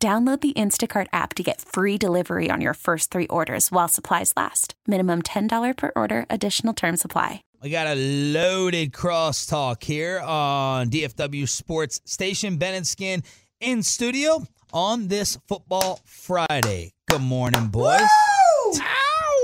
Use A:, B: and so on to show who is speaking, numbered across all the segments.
A: Download the Instacart app to get free delivery on your first three orders while supplies last. Minimum $10 per order, additional term supply.
B: We got a loaded crosstalk here on DFW Sports Station. Ben and Skin in studio on this football Friday. Good morning, boys.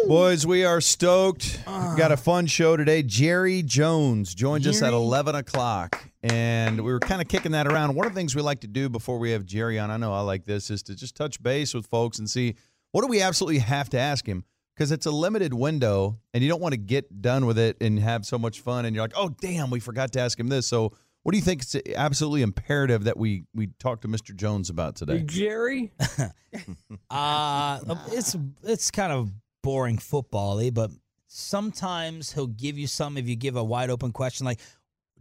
C: Boys, we are stoked. We've got a fun show today. Jerry Jones joins us at 11 o'clock, and we were kind of kicking that around. One of the things we like to do before we have Jerry on, I know I like this, is to just touch base with folks and see what do we absolutely have to ask him? Because it's a limited window, and you don't want to get done with it and have so much fun, and you're like, oh, damn, we forgot to ask him this. So, what do you think is absolutely imperative that we, we talk to Mr. Jones about today?
D: Jerry?
B: Uh, it's it's kind of boring football-y, but sometimes he'll give you some if you give a wide open question like,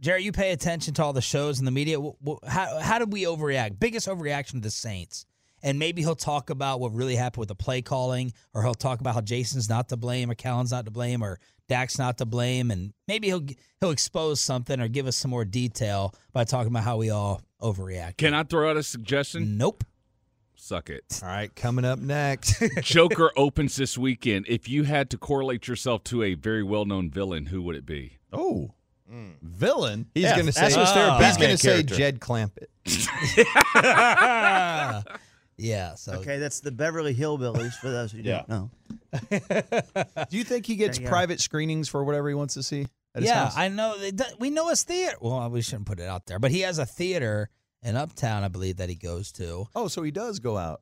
B: Jerry, you pay attention to all the shows and the media. Wh- wh- How, how did we overreact? Biggest overreaction to the Saints. And maybe he'll talk about what really happened with the play calling, or he'll talk about how Jason's not to blame, or Callen's not to blame, or Dak's not to blame. And maybe he'll he'll expose something or give us some more detail by talking about how we all overreact.
D: Can I throw out a suggestion?
B: Nope.
D: Suck it.
C: All right, coming up next.
D: Joker opens this weekend. If you had to correlate yourself to a very well known villain, who would it be?
C: Oh, villain. He's
E: Yeah,
C: gonna say. Ah.
E: that's what's their
C: he's
E: Batman
C: gonna say
E: character.
C: Jed Clampett.
B: Yeah. So
F: Okay, that's the Beverly Hillbillies for those who don't know.
C: Do you think he gets
F: you go.
C: private screenings for whatever he wants to see? At his
B: yeah,
C: house?
B: I know. It do- We know his theater. Well, we shouldn't put it out there, but he has a theater in Uptown, I believe, that he goes to.
C: oh, so he does go out.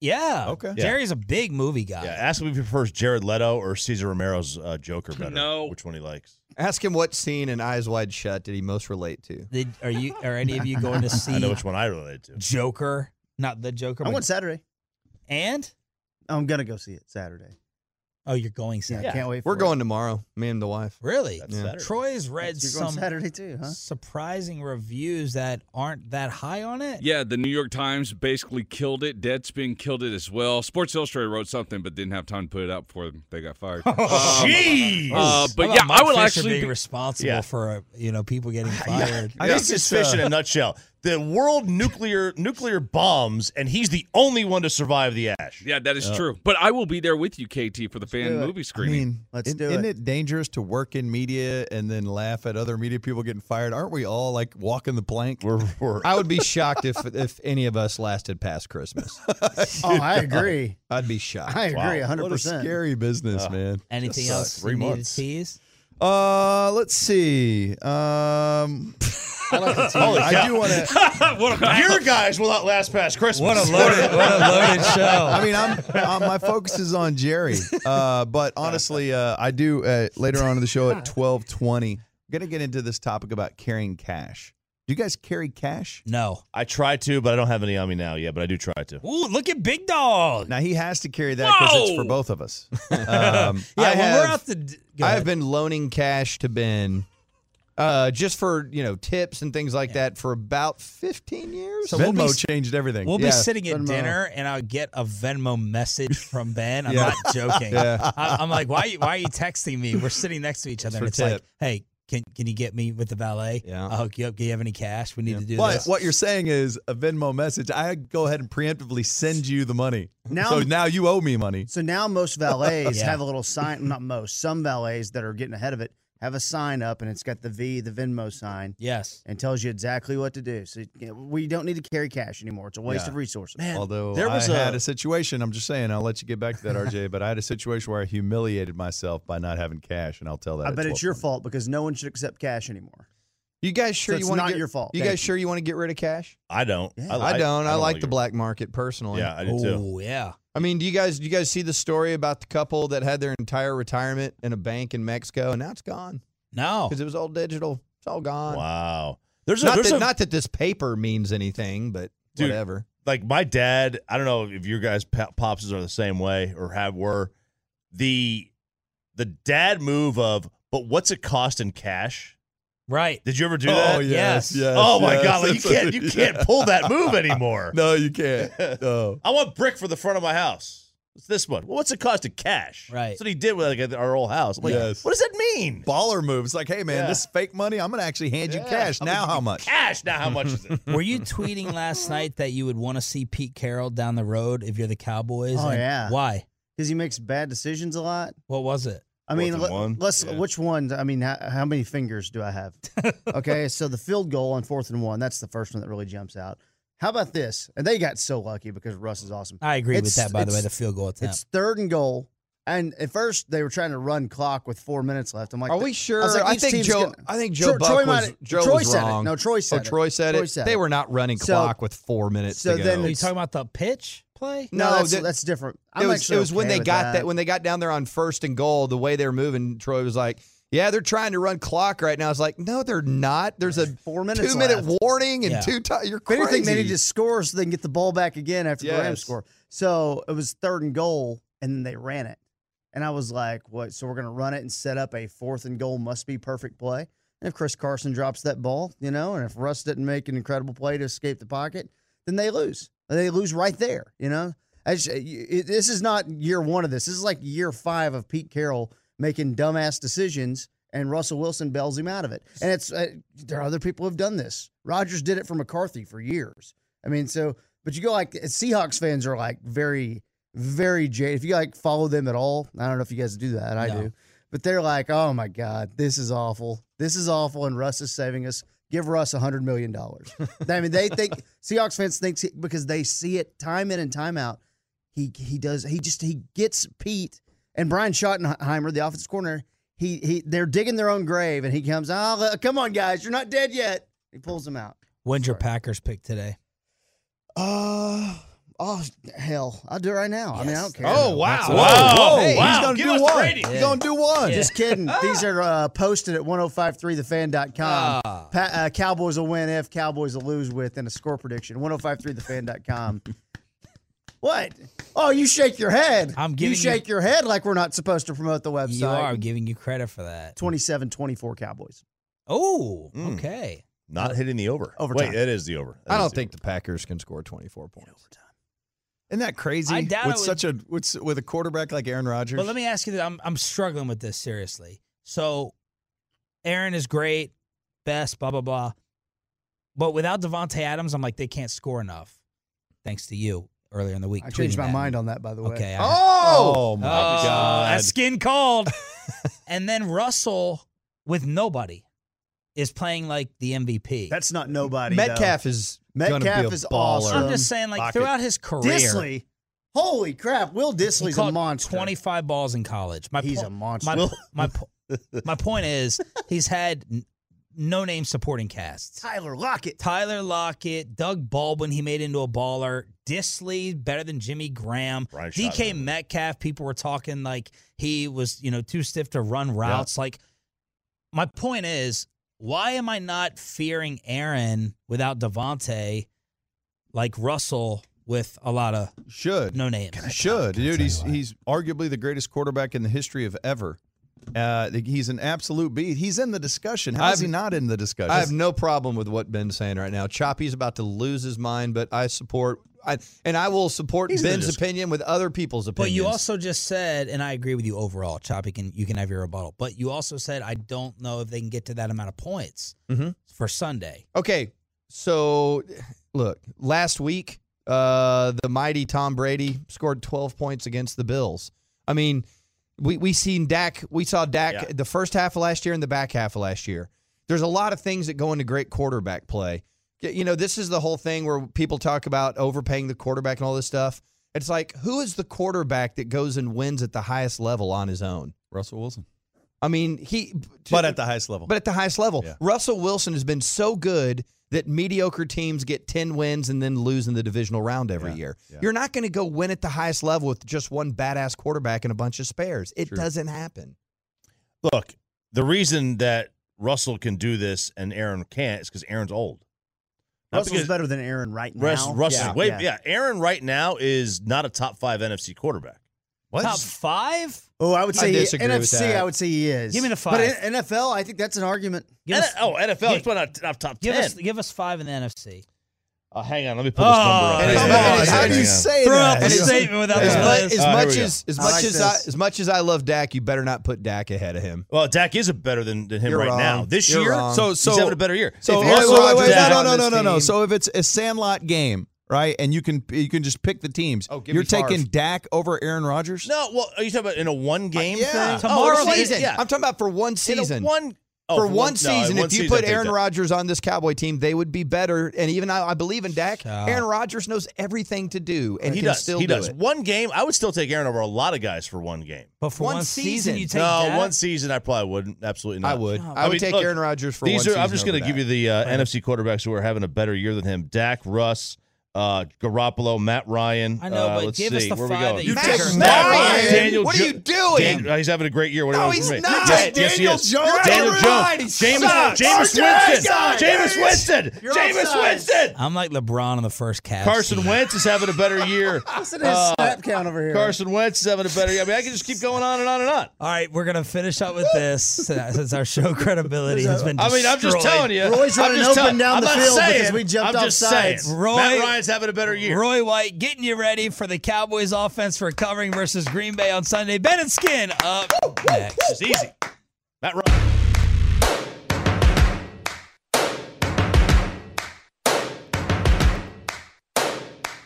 B: Yeah.
C: Okay. Yeah.
B: Jerry's a big movie guy.
E: Yeah, ask him if he prefers Jared Leto or Caesar Romero's uh, Joker better.
D: No.
E: Which one he likes.
G: Ask him what scene in Eyes Wide Shut did he most relate to.
B: Did, are you? Are any of you going to see
E: I know which one I relate to.
B: Joker? Not the Joker.
F: I
B: but-
F: went Saturday.
B: and
F: I'm gonna go see it Saturday.
B: oh, you're going
F: Yeah,
B: Saturday.
F: I can't wait. For
G: We're
F: it.
G: going tomorrow, me and the wife.
B: Really?
E: That's Yeah. Saturday.
B: Troy's read
F: You're going
B: some
F: Saturday too, huh?
B: surprising reviews that aren't that high on it.
D: Yeah, the New York Times basically killed it. Deadspin killed it as well. Sports Illustrated wrote something but didn't have time to put it out before they got fired. Um,
E: Oh, Jeez.
D: uh,
B: Oh, How
D: but
B: about
D: yeah,
B: Mark
D: I would
B: Fisher
D: actually.
B: being
D: be-
B: responsible
E: Yeah.
B: for uh, you know people getting fired.
E: I guess it's fish in a nutshell. The world nuclear nuclear bombs, and he's the only one to survive the ash.
D: yeah, that
B: Oh.
D: is true. But I will be there with you, KT, for the fan
F: do it.
D: movie screening.
F: Let's
C: isn't,
F: do
C: isn't
F: it.
C: it dangerous to work in media and then laugh at other media people getting fired? Aren't we all like walking the plank?
E: We're, we're
G: I would be shocked if if any of us lasted past Christmas.
F: Oh, I agree.
G: I'd be shocked.
F: I agree,
E: Wow.
F: hundred
C: What a
F: percent.
C: scary business, man.
B: Anything
C: Just
B: else?
C: sucks.
E: Three
B: you need to
E: months.
B: tease?
C: Uh, let's see. Um,
E: holy
C: I
E: cow.
C: do want to.
E: Your guys will not last past Christmas.
B: What a loaded, what a loaded show.
C: I mean, I'm, uh, my focus is on Jerry. Uh, but honestly, uh, I do uh, later on in the show at twelve twenty. Gonna get into this topic about carrying cash. Do you guys carry cash?
B: No.
E: I try to, but I don't have any on me now yet, but I do try to.
B: Ooh, look at Big Dog.
C: Now he has to carry that because it's for
D: Whoa!
C: both of us.
B: Yeah,
C: Um,
G: I
B: when
G: have,
B: we're out the. d- go
G: I have
B: ahead.
G: been loaning cash to Ben, uh, just for you know tips and things like that for about fifteen years.
B: So we'll
C: Venmo
B: be,
C: changed everything.
B: we'll be
G: yeah,
B: sitting at
G: Venmo.
B: dinner, and I'll get a Venmo message from Ben. I'm
C: Yeah.
B: not joking.
C: Yeah.
B: I, I'm like, why? Are you, why are you texting me? We're sitting next to each other, and it's
G: for
B: like, hey, can can you get me with the valet?
G: Yeah.
B: I'll hook you up. Do you have any cash? We need to do
C: But
B: this.
C: what you're saying is a Venmo message. I go ahead and preemptively send you the money.
F: Now-
C: so now you owe me money.
F: So now most valets
B: Yeah.
F: have a little sign. Not most. Some valets that are getting ahead of it have a sign up, and it's got the V, the Venmo sign,
B: Yes.
F: and tells you exactly what to do. So you know, we don't need to carry cash anymore. It's a waste of resources.
C: Although
E: there was
C: I had
E: a-
C: a situation, I'm just saying, I'll let you get back to that, RJ. but I had a situation where I humiliated myself by not having cash, and I'll tell that.
F: I
C: at
F: bet it's your
C: 12:20.
F: fault because no one should accept cash anymore.
G: you guys
F: So
G: sure
F: it's
G: you want
F: not
G: to get
F: your fault.
G: You
F: Thank
G: guys sure you want to get rid of cash?
E: I don't.
F: Yeah.
G: I, don't. I, like
E: wanna
G: the
E: get-
G: black market personally.
E: Yeah, I do too.
B: Oh yeah.
G: I mean, do you guys do you guys see the story about the couple that had their entire retirement in a bank in Mexico and now it's gone
C: Oh.
B: No.
G: because it was all digital. It's all gone.
E: Wow. There's a,
G: Not
E: there's
G: that,
E: a
G: not that this paper means anything, but
E: Dude,
G: whatever.
E: like my dad. I don't know if your guys' pa- pops are the same way or have were the the dad move of. But what's it cost in cash?
B: Right.
E: Did you ever do that?
B: yes.
E: oh my
C: yes.
E: god! Like you
C: That's-
E: can't you
C: yeah.
E: can't pull that move anymore.
C: No, you can't. No.
E: I want brick for the front of my house. It's this one. Well, what's it cost in cash?
B: Right.
E: That's what he did with like, our old house. I'm like,
C: Yes.
E: what does that mean?
C: Baller moves like, hey man,
E: Yeah.
C: this is fake money. I'm gonna actually hand you
E: Yeah.
C: cash.
E: I'm
C: Now
E: gonna
C: how
E: give you
C: much?
E: Cash. Now how much is it?
B: Were you tweeting last night that you would want to see Pete Carroll down the road if you're the Cowboys?
F: Oh,
B: And
F: yeah.
B: Why?
F: because he makes bad decisions a lot.
B: What was it?
F: I mean,
E: Fourth and
F: let,
E: one?
F: let's
E: Yeah.
F: which one? I mean, how, how many fingers do I have? okay, so the field goal on fourth and one. That's the first one that really jumps out. How about this? And they got so lucky because Russ is awesome.
B: I agree with
F: It's-
B: that. By the way,
F: it's-
B: the field goal attempt.
F: It's third and goal. And at first, they were trying to run clock with four minutes left. I'm like,
G: Are we sure?
F: I, was like,
G: I
F: each
G: think
F: team's
G: Joe.
F: getting-
G: I think Joe
F: Tro-
G: Buck
F: Troy might
G: was,
F: have-
G: Joe
F: Troy
G: was
F: said
G: wrong.
F: it. No, Troy said
G: oh,
F: it.
G: Troy said
F: Troy
G: it.
F: said
G: they
F: it.
G: were not running
F: So-
G: clock with four minutes.
F: so
G: to
F: then
G: go.
B: Are you
F: it's-
B: talking about the pitch play?
F: No,
G: No,
F: that's,
G: that-
F: that's different. I'm
G: it was,
F: actually
G: it was when
F: okay
G: they
F: with
G: got that. when they got down there on first and goal the way they were moving troy was like yeah they're trying to run clock right now it's like no they're not there's a
F: four minutes
G: two minute
F: left.
G: warning and
B: Yeah.
G: two ti you're
F: If
G: crazy
F: anything, they need to score so they can get the ball back again after the
G: Yes.
F: Rams score. So it was third and goal, and then they ran it. And I was like, what? So we're going to run it and set up a fourth and goal must be perfect play. And if Chris Carson drops that ball, you know, and if Russ didn't make an incredible play to escape the pocket, then they lose. They lose right there, you know? I just- y- it- this is not year one of this. This is like year five of Pete Carroll making dumbass decisions, and Russell Wilson bails him out of it. And it's uh, there are other people who have done this. Rogers did it for McCarthy for years. I mean, so but you go like Seahawks fans are like very, very jaded. If you like follow them at all, I don't know if you guys do that. I
B: No.
F: do, but they're like, oh my god, this is awful. This is awful, and Russ is saving us. Give Russ a hundred million dollars. I mean, they think Seahawks fans think he- because they see it time in and time out. He he does he just he gets Pete and Brian Schottenheimer, the offensive coordinator. He he they're digging their own grave, and he comes. Oh, look, come on, guys, you're not dead yet. He pulls them out.
B: When's your Packers pick today?
F: Uh, oh hell, I'll do it right now. I mean, I don't care.
G: oh wow
B: Wow.
E: Wow.
G: Hey,
E: Wow.
G: he's gonna
E: Give
G: do
E: us the
G: one
E: rating.
G: he's gonna do one
B: Yeah.
F: Just kidding. These are uh, posted at 1053thefan.com.
B: Ah.
F: Pa- uh, Cowboys will win if Cowboys will lose with, and a score prediction 1053thefan.com. what? Oh, you shake your head.
B: I'm
F: you
B: giving
F: shake your head like we're not supposed to promote the website.
B: You are I'm giving you credit for that.
F: 27 24 Cowboys.
B: Oh,
E: Mm.
B: okay.
E: Not hitting the over.
F: Overtime.
E: Wait, that is the over. That
G: i
E: is
G: don't
E: the
G: think the packers can score 24 points
C: Isn't that crazy?
B: I doubt
C: with
B: it would-
C: such a with, with a quarterback like Aaron Rodgers.
B: But let me ask you this. I'm I'm struggling with this seriously. So Aaron is great, best, blah, blah, blah. But without Devontae Adams, I'm like, they can't score enough. Thanks to you earlier in the week.
F: I changed
B: tweeting
F: my
B: that.
F: mind on that, by the way.
B: Okay. I-
G: oh,
C: my
B: Oh,
C: god.
B: That skin called. and then Russell with nobody is playing like the MVP.
F: That's not nobody. though.
G: metcalf is gonna be
F: Metcalf
G: a
F: is
G: baller.
F: awesome.
B: I'm just saying, like
G: Lock it.
B: throughout his career,
F: Disley. Holy crap. Will
B: he
F: Disley's a
B: caught
F: monster.
B: 25 balls in college. My
F: He's
B: po-
F: a monster.
B: My,
E: Will-
B: my, po- my point is, he's had n- no name supporting casts.
F: Tyler Lockett.
B: Tyler Lockett, Doug Baldwin, he made into a baller. Disley, better than Jimmy Graham.
E: Brian
B: DK
E: Schottenheimer.
B: Metcalf, people were talking like he was, you know, too stiff to run routes. Like, my point is, why am I not fearing Aaron without Devontae like Russell with a lot of
C: Should.
B: no names?
C: Should. Dude, he's he's arguably the greatest quarterback in the history of ever. Uh, he's an absolute beast. He's in the discussion. How is
G: I've-
C: he not in the discussion?
G: I have no problem with what Ben's saying right now. Choppy's about to lose his mind, but I support, I, and I will support
E: He's in the
G: Ben's
E: disc-
G: opinion with other people's opinions.
B: But you also just said, and I agree with you overall, Choppy. Can you can have your rebuttal? But you also said I don't know if they can get to that amount of points
E: Mm-hmm.
G: Mhm.
B: for Sunday.
G: Okay, so look, last week, uh, the mighty Tom Brady scored 12 points against the Bills. I mean, we we seen Dak, we saw Dak
E: Yeah.
G: the first half of last year and the back half of last year. There's a lot of things that go into great quarterback play. Y- You know, this is the whole thing where people talk about overpaying the quarterback and all this stuff. It's like, who is the quarterback that goes and wins at the highest level on his own?
C: Russell Wilson.
G: I mean, he.
C: But at the highest level.
G: But at the highest level,
C: Yeah.
G: Russell Wilson has been so good that mediocre teams get 10 wins and then lose in the divisional round every
C: Yeah.
G: year.
C: Yeah.
G: You're not going to go win at the highest level with just one badass quarterback and a bunch of spares. It
C: True.
G: doesn't happen.
E: look, the reason that Russell can do this and Aaron can't is because Aaron's old.
F: Russell's
E: because-
F: better than Aaron right now.
E: Russ, Russell,
B: Yeah.
E: wait, yeah. Aaron right now is not a top five NFC quarterback.
G: What?
B: Top five?
F: Oh, I would
G: I
F: say
G: disagree with
F: NFC.
G: that.
F: I would say he is.
B: Give me the
F: But
B: five.
F: in NFL, I think that's an argument.
B: Give
E: N-
B: us,
E: oh, NFL, he's
B: give-
E: put out top, top
B: give
E: ten.
B: us give us five in the NFC.
E: Uh, hang on, let me put this
B: Oh,
E: number
G: and
E: up.
G: it's-
E: Hang
G: and
E: on,
G: it's-
E: hang
G: how do you
E: on.
G: say
B: Throw
G: that?
B: up a
G: And it's-
B: statement without
G: As,
B: the
G: mu-
B: list.
G: as
E: All right, here
G: much
E: we go.
G: as as
F: I
G: much
F: like
G: as
F: this.
G: I as much as I love Dak, you better not put Dak ahead of him.
E: Well, Dak is a better than, than him
G: You're
E: right
G: wrong.
E: now. This
G: You're
E: year,
G: wrong.
E: so,
C: So-
E: he's
C: so-
E: having a better year.
C: So
E: If
C: if Russell wait, wait, wait,
E: Rodgers-
C: no,
E: Dak-
C: no, no, no, no.
F: team-
C: So if it's a Sandlot game, right, and you can you can just pick the teams.
G: Oh, give
C: You're
G: me Favre.
C: taking Dak over Aaron Rodgers.
E: No, well, are you talking about in a one game
G: Uh,
E: thing?
G: yeah.
B: Tomorrow
E: Uh, oh,
G: Tomorrow
E: it's-
G: season.
E: Yeah.
G: I'm talking about for one season.
E: In a one, oh,
G: for one,
E: no, in
G: season,
E: one
G: if you
E: season, I
G: put
E: take
G: Aaron
E: that.
G: Rodgers on this Cowboy team, they would be better. And even I, I believe in Dak.
B: Shut
G: Aaron Rodgers knows everything to do and
E: he
G: can
E: does.
G: still
E: he
G: do
E: does.
G: it.
E: One game, I would still take Aaron over a lot of guys for one game.
B: But for
G: One
B: one, season,
G: season.
B: you take
E: no,
B: that?
E: one season, I probably wouldn't. Absolutely not.
G: I would.
B: No.
G: I
E: I
G: would
E: mean,
G: take
E: look,
G: Aaron Rodgers for
E: These
G: one
E: are. I'm just
G: going
E: going to
G: to
E: give you the uh, NFC quarterbacks who are having a better year than him: Dak, Russ, uh, Garoppolo, Matt Ryan.
B: I know,
E: uh,
B: but
E: let's
B: give
E: see.
B: us the
E: Where
B: five
E: we going?
B: that you
G: Matt
B: take
G: Ryan?
E: Matt Daniel
G: what are
E: Jo-
G: you doing?
E: Dan- uh, he's having a great year. What do you
G: Oh, No,
E: want
G: he's
E: from me?
G: not.
E: Yes,
G: Daniel
E: yes, he is.
G: Jones. You're
E: Daniel
G: right.
E: Jones.
G: He
E: James,
G: sucks.
E: James
G: Okay,
E: Winston.
G: guys.
E: James Winston.
F: You're
E: James
F: offside.
E: Winston.
B: I'm like LeBron on the first cast.
E: Carson Wentz is having a better year.
B: Ah.
F: Listen to his
B: Uh,
F: snap count over here.
E: Carson Wentz is having a better year. I mean, I can just keep going on and on and on.
B: All right, we're gonna finish up with this since our show credibility has been.
E: I mean, I'm just
B: destroyed.
E: telling you.
F: Roy's
E: I'm
F: running
E: just
F: open
E: telling-
F: down
E: I'm
F: the
E: not
F: field
E: saying,
F: because we jumped
E: I'm
F: off
E: just
F: sides.
E: Saying,
B: Roy-
E: Matt Ryan's having a better year.
B: Roy White getting you ready for the Cowboys offense for covering versus Green Bay on Sunday. Ben and Skin up next.
E: It's easy. Matt Ryan.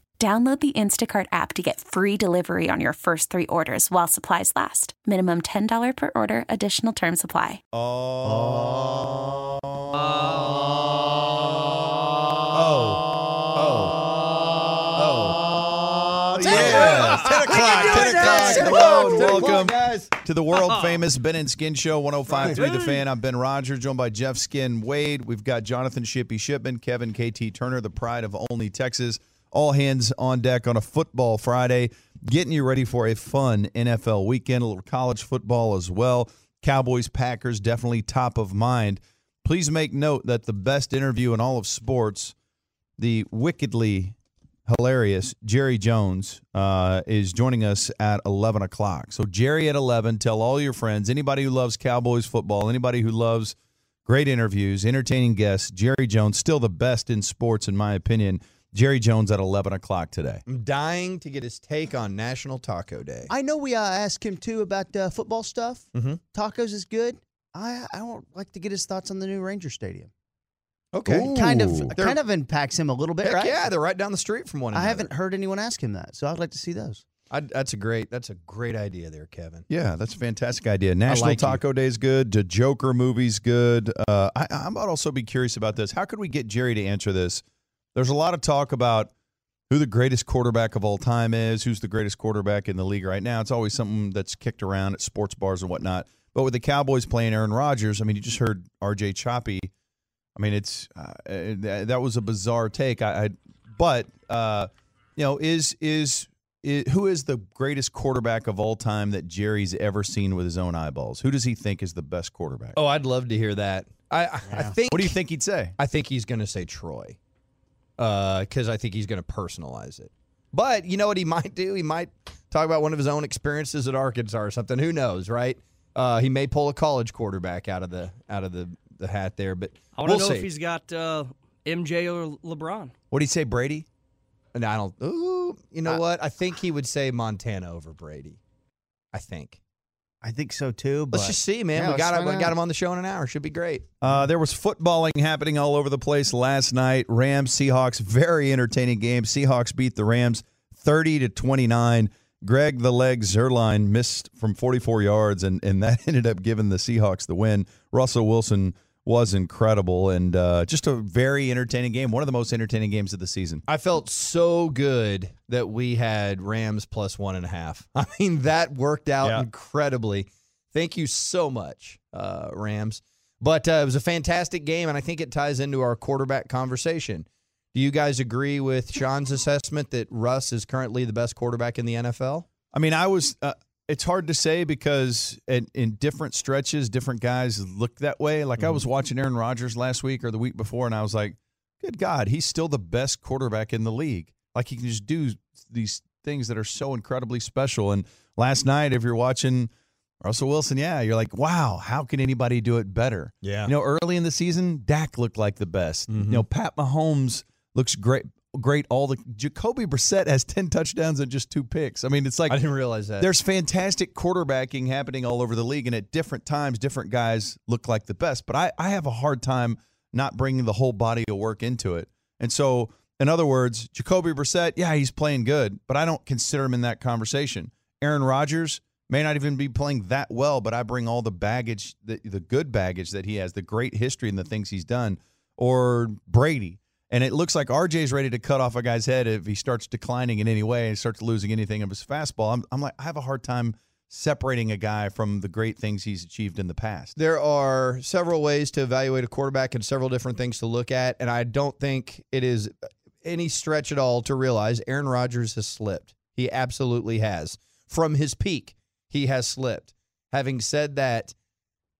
A: Download the Instacart app to get free delivery on your first three orders while supplies last. Minimum $10 per order, additional term supply.
C: Oh. Oh. Oh. Oh. Yeah. 10 o'clock. 10 o'clock. Come on. Welcome to the world famous Ben and Skin Show 1053 The Fan. I'm Ben Rogers, joined by Jeff Skin Wade. We've got Jonathan Shippey Shipman, Kevin KT Turner, the pride of only Texas. All hands on deck on a football Friday, getting you ready for a fun NFL weekend, a little college football as well. Cowboys, Packers, definitely top of mind. Please make note that the best interview in all of sports, the wickedly hilarious Jerry Jones uh, is joining us at 11 o'clock. So, Jerry at 11, tell all your friends, anybody who loves Cowboys football, anybody who loves great interviews, entertaining guests, Jerry Jones, still the best in sports, in my opinion. Jerry Jones at 11 o'clock today.
G: I'm dying to get his take on National Taco Day.
F: I know we uh, asked him too about uh, football stuff.
B: Mm-hmm.
G: Mhm.
F: Tacos is good. I I would like to get his thoughts on the new Ranger Stadium.
G: Okay.
F: It kind of
G: They're-
F: kind of impacts him a little bit,
G: Heck
F: right?
G: Yeah, they're right down the street from one
F: I
G: another.
F: haven't heard anyone ask him that, so I'd like to see those.
G: I'd, that's a great. That's a great idea there, Kevin.
C: Yeah, that's a fantastic idea. National
G: like you.
C: Taco Day is good. The Joker movie's good. Uh, I, I might also be curious about this. How could we get Jerry to answer this? There's a lot of talk about who the greatest quarterback of all time is, who's the greatest quarterback in the league right now. It's always something that's kicked around at sports bars and whatnot. But with the Cowboys playing Aaron Rodgers, I mean, you just heard R.J. Choppy. I mean, it's uh, uh, th- that was a bizarre take. I, I but uh, you know, is is i who is the greatest quarterback of all time that Jerry's ever seen with his own eyeballs? Who does he think is the best quarterback?
G: Oh, I'd love to hear that. I I, I think.
C: What do you think he'd say?
G: I think he's going to say Troy, because I think he's going to personalize it. But you know what he might do? He might talk about one of his own experiences at Arkansas or something. Who knows, right? Uh, he may pull a college quarterback out of the out of the, the hat there, but
H: I want
G: we'll
H: to know
G: see.
H: if he's got uh, MJ or LeBron.
C: What do you say, Brady?
G: And I don't. Ooh, you know what? I think he would say Montana over Brady. I think.
F: I think so too. But
G: Let's just see, man.
F: Yeah,
G: we
F: let's
G: got him.
F: find
G: We got
F: out.
G: him on the show in an hour. Should be great.
C: Uh, there was footballing happening all over the place last night. Rams, Seahawks, very entertaining game. Seahawks beat the Rams 30 to 29. Greg the Leg Zerline missed from 44 yards, and, and that ended up giving the Seahawks the win. Russell Wilson was incredible and uh, just a very entertaining game. One of the most entertaining games of the season.
G: I felt so good that we had Rams plus one and a half. I mean, that worked out
E: Yeah.
G: incredibly. Thank you so much, uh, Rams. But uh, it was a fantastic game, and I think it ties into our quarterback conversation. Do you guys agree with Sean's assessment that Russ is currently the best quarterback in the NFL?
C: I mean, I was. Uh, it's hard to say because in, in different stretches, different guys look that way. Like I was
G: Mm-hmm.
C: watching Aaron Rodgers last week or the week before, and I was like, "Good God, he's still the best quarterback in the league. Like he can just do these things that are so incredibly special." And last night, if you're watching Russell Wilson, yeah, you're like, "Wow, how can anybody do it better?"
B: Yeah.
C: You know, early in the season, Dak looked like the best.
G: Mm-hmm.
C: You know, Pat Mahomes looks great. Great, all the Jacoby Brissett has ten touchdowns and just two picks. I mean, it's like
G: I didn't realize that.
C: there's fantastic quarterbacking happening all over the league, and at different times, different guys look like the best. But I, I have a hard time not bringing the whole body of work into it. And so, in other words, Jacoby Brissett, yeah, he's playing good, but I don't consider him in that conversation. Aaron Rodgers may not even be playing that well, but I bring all the baggage, the, the good baggage that he has, the great history and the things he's done, or Brady. And it looks like RJ's ready to cut off a guy's head if he starts declining in any way and starts losing anything of his fastball. I'm, I'm like, I have a hard time separating a guy from the great things he's achieved in the past.
G: There are several ways to evaluate a quarterback and several different things to look at. And I don't think it is any stretch at all to realize Aaron Rodgers has slipped. He absolutely has. From his peak, he has slipped. Having said that,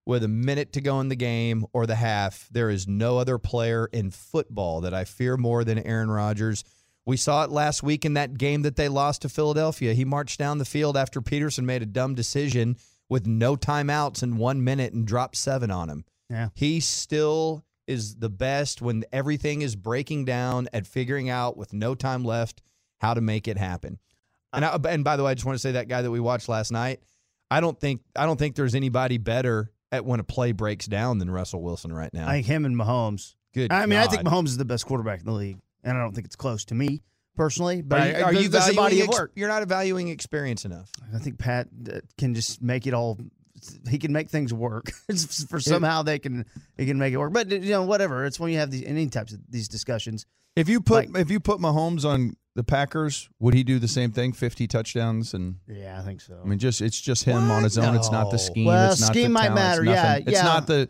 G: with a minute to go in the game or the half, there is no other player in football that I fear more than Aaron Rodgers. We saw it last week in that game that they lost to Philadelphia. He marched down the field after Peterson made a dumb decision with no timeouts in one minute and dropped seven on him.
F: Yeah.
G: He still is the best when everything is breaking down at figuring out with no time left how to make it happen. And I, and by the way, I just want to say that guy that we watched last night, I don't think I don't think there's anybody better at when a play breaks down than Russell Wilson right now.
F: I think him and Mahomes.
G: Good.
F: I mean, I think
G: God.
F: Mahomes is the best quarterback in the league, and I don't think it's close to me personally. But
G: Are
F: I-
G: you,
F: I-
G: are you
F: that's a body
G: valuing
F: of
G: ex-
F: work.
G: You're not evaluating experience enough.
F: I think Pat uh, can just make it all. He can make things work It's for somehow they can he can make it work. But you know, whatever. It's when you have these any types of these discussions.
C: If you put if you put Mahomes on the Packers, would he do the same thing? 50 touchdowns and
F: Yeah, I think so.
C: I mean, just it's just him on his own. It's not the
G: No.
C: scheme.
F: Well,
C: it's not
F: scheme
C: the
F: might
C: talent,
F: matter,
C: It's nothing.
F: yeah,
C: it's
F: yeah.
C: not the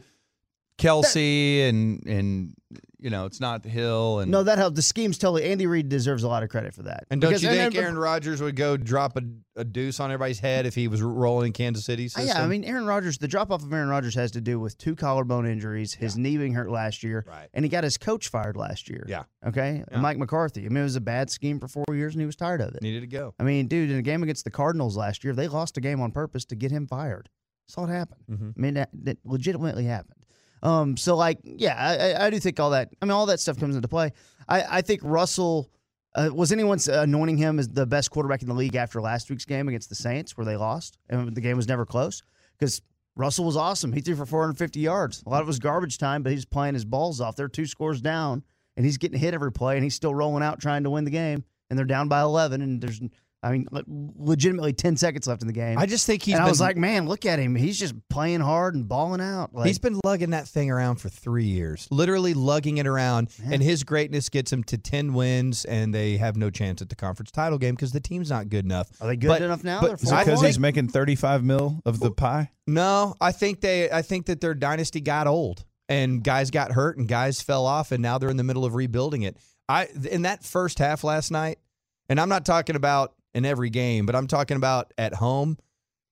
C: Kelsey and and you know, it's not Hill and
F: no, that helped. The scheme's totally. Andy Reid deserves a lot of credit for that.
G: And don't
F: Because-
G: you think
F: and-
G: Aaron Rodgers would go drop a, a deuce on everybody's head if he was rolling Kansas City?
F: Uh,
G: System?
F: Yeah, I mean, Aaron Rodgers, the drop off of Aaron Rodgers has to do with two collarbone injuries, his knee being hurt last year,
G: Right.
F: and he got his coach fired last year.
G: Yeah.
F: Okay.
G: Yeah.
F: Mike McCarthy. I mean, it was a bad scheme for four years, and he was tired of it.
G: needed to go.
F: I mean, dude, in a game against the Cardinals last year, they lost a game on purpose to get him fired. Saw it happen.
G: Mhm.
F: I mean, that, that legitimately happened. Um, so like, yeah, I, I- I do think all that. I mean, all that stuff comes into play. I, I think Russell uh, was anyone anointing him as the best quarterback in the league after last week's game against the Saints, where they lost and the game was never close because. Russell was awesome. He threw for 450 yards. A lot of it was garbage time, but he was playing his balls off. They're two scores down, and he's getting hit every play, and he's still rolling out trying to win the game. And they're down by 11, and there's I mean, le- legitimately, ten seconds left in the game.
G: I just think he's
F: And I was
G: been-
F: like, man, look at him. He's just playing hard and balling out. Like,
G: he's been lugging that thing around for three years, literally lugging it around, and his greatness gets him to ten wins, and they have no chance at the conference title game because the team's not good enough.
F: are they good
G: But-
F: enough now?
G: but-
F: They're
G: I
C: Because
G: think-
C: he's making 35 mil of the pie.
G: No, I think they. I think that their dynasty got old, and guys got hurt, and guys fell off, and now they're in the middle of rebuilding it. I in that first half last night, and I'm not talking about in every game, but I'm talking about at home.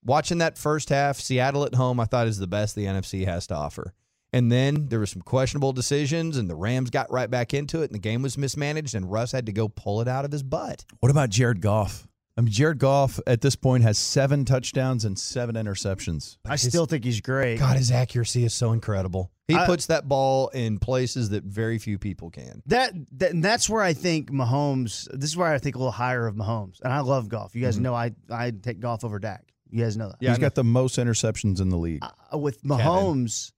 G: Watching that first half, Seattle at home, I thought is the best the NFC has to offer. And then there were some questionable decisions, and the Rams got right back into it, and the game was mismanaged, and Russ had to go pull it out of his butt.
C: What about Jared Goff? I mean, Jared Goff at this point has seven touchdowns and seven interceptions.
F: I still think he's great.
G: God, his accuracy is so incredible. He
F: I-
G: puts that ball in places that very few people can.
F: That, that and that's where I think Mahomes. This is where I think a little higher of Mahomes, and I love golf. You guys
G: Mm-hmm.
F: know I I take golf over Dak. You guys know that.
C: he's got the most interceptions in the league.
F: Uh, with Mahomes,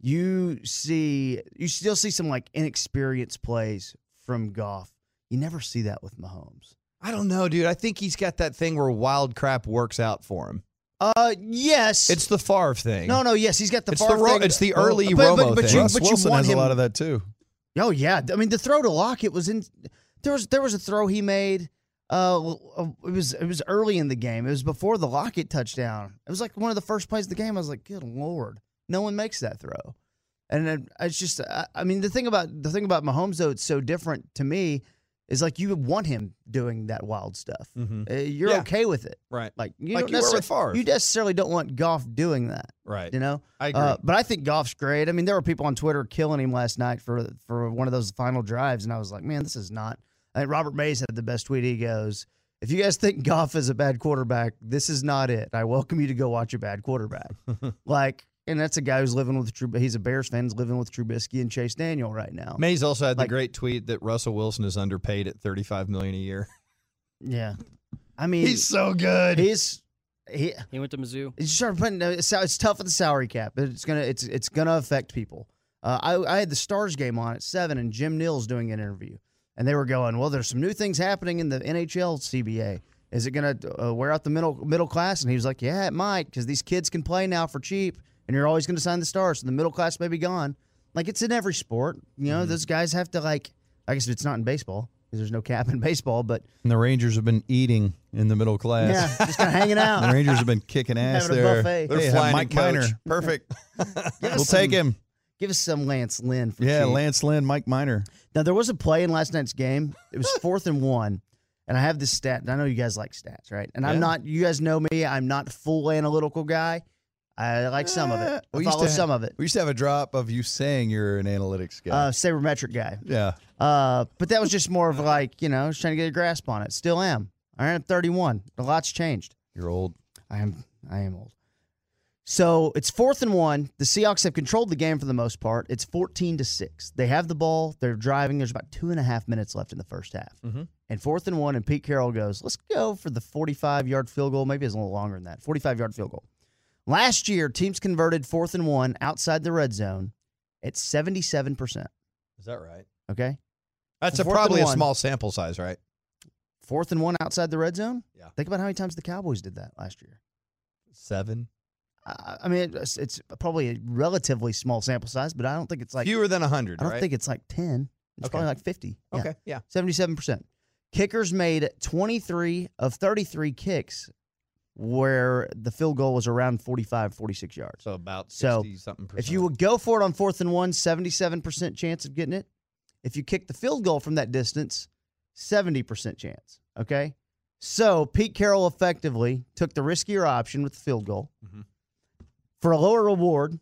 F: you see you still see some like inexperienced plays from golf. You never see that with Mahomes.
G: I don't know, dude. I think he's got that thing where wild crap works out for him.
F: Uh, yes,
G: It's the Favre thing.
F: no, no, yes, he's got the
G: It's the
F: far
G: Ro-
F: thing.
G: it's the early Romo
F: but, but
G: thing.
F: You,
C: Russ
F: but
C: Wilson
F: you want
C: has
F: him,
C: a lot of that too.
F: Oh yeah, I mean the throw to Lockett was in. There was there was a throw he made. Uh, it was it was early in the game. It was before the Lockett touchdown. It was like one of the first plays of the game. I was like, good lord, no one makes that throw. And then it's just, I, I mean, the thing about the thing about Mahomes though, it's so different to me. Is like you would want him doing that wild stuff.
G: Mhm.
F: Uh, you're
G: Yeah.
F: okay with it,
G: Right.
F: like you
G: Like
F: don't
G: you were with
F: necessarily-
G: Favre.
F: You necessarily don't want Goff doing that,
G: Right.
F: you know.
G: I agree.
F: Uh, but I think Goff's great. I mean, there were people on Twitter killing him last night for for one of those final drives, and I was like, man, this is not. I think Robert Mays had the best tweet. He goes, "If you guys think Goff is a bad quarterback, this is not it. I welcome you to go watch a bad quarterback." like, and that's a guy who's living with Trub. He's a Bears fan, he's living with Trubisky and Chase Daniel right now.
G: Mays also had the
F: Like-
G: great tweet that Russell Wilson is underpaid at thirty-five million a year.
F: Yeah, I mean, he's
G: so good.
F: he's he.
H: He went to Mizzou.
F: It's sure, but no, uh, it's, it's tough with the salary cap. but It's gonna it's it's gonna affect people. Uh, I I had the Stars game on at seven, and Jim Neal's doing an interview, and they were going, "Well, there's some new things happening in the NHL CBA. Is it gonna uh, wear out the middle middle class?" And he was like, "Yeah, it might, because these kids can play now for cheap, and you're always gonna sign the Stars, so the middle class may be gone. Like it's in every sport. You
G: Mm-hmm.
F: know, those guys have to like. I guess it's not in baseball because there's no cap in baseball, but
C: And the Rangers have been eating in the middle class.
F: yeah, just kind of hanging
C: The
F: out.
C: Rangers have been kicking ass
F: Having a
C: there.
F: buffet. They're
C: Hey, have
G: flying
C: Mike
G: in, coach.
C: Miner. Perfect.
F: Give us
C: we'll
F: some-
C: take him.
F: Give us some Lance Lynn for
C: Yeah,
F: cheap.
C: Lance Lynn, Mike Miner.
F: Now there was a play in last night's game. It was fourth and one, and I have this stat. And I know you guys like stats, right? And I'm not. You guys know me. I'm not full analytical guy. I like some of
C: Eh,
F: it. I
C: used
F: follow
C: to
F: some
C: have-
F: of it.
C: We used to have a drop of you saying you're an analytics guy.
F: Uh, sabermetric guy.
C: yeah.
F: Uh, but that was just more of like you know, I was trying to get a grasp on it. Still am. All right, I'm 31. A lot's changed.
C: You're old.
F: I am I am old. So it's fourth and one. The Seahawks have controlled the game for the most part. It's fourteen to six. They have the ball. They're driving. There's about two and a half minutes left in the first half. And fourth and one, and Pete Carroll goes, "Let's go for the forty-five yard field goal. Maybe it's a little longer than that. Forty-five yard field goal." Last year, teams converted fourth and one outside the red zone at seventy-seven percent.
G: Is that right?
F: Okay,
G: That's
F: For
G: a,
F: fourth and
G: probably a
F: one.
G: small sample size, right?
F: fourth and one outside the red zone.
G: Yeah.
F: Think about how many times the Cowboys did that last year.
G: Seven.
F: I I mean, it's, it's probably a relatively small sample size, but I don't think it's like
G: Fewer than hundred.
F: I don't
G: right?
F: think it's like ten. It's
G: Okay.
F: probably like fifty.
G: Okay. Yeah.
F: seventy-seven percent. Kickers made twenty-three of thirty-three kicks, where the field goal was around 45, 46 yards.
G: So about
F: So,
G: sixty something. Percent.
F: If you would go for it on fourth and one, 77% chance of getting it. If you kick the field goal from that distance, 70% chance. Okay. So Pete Carroll effectively took the riskier option with the field goal
G: Mhm.
F: for a lower reward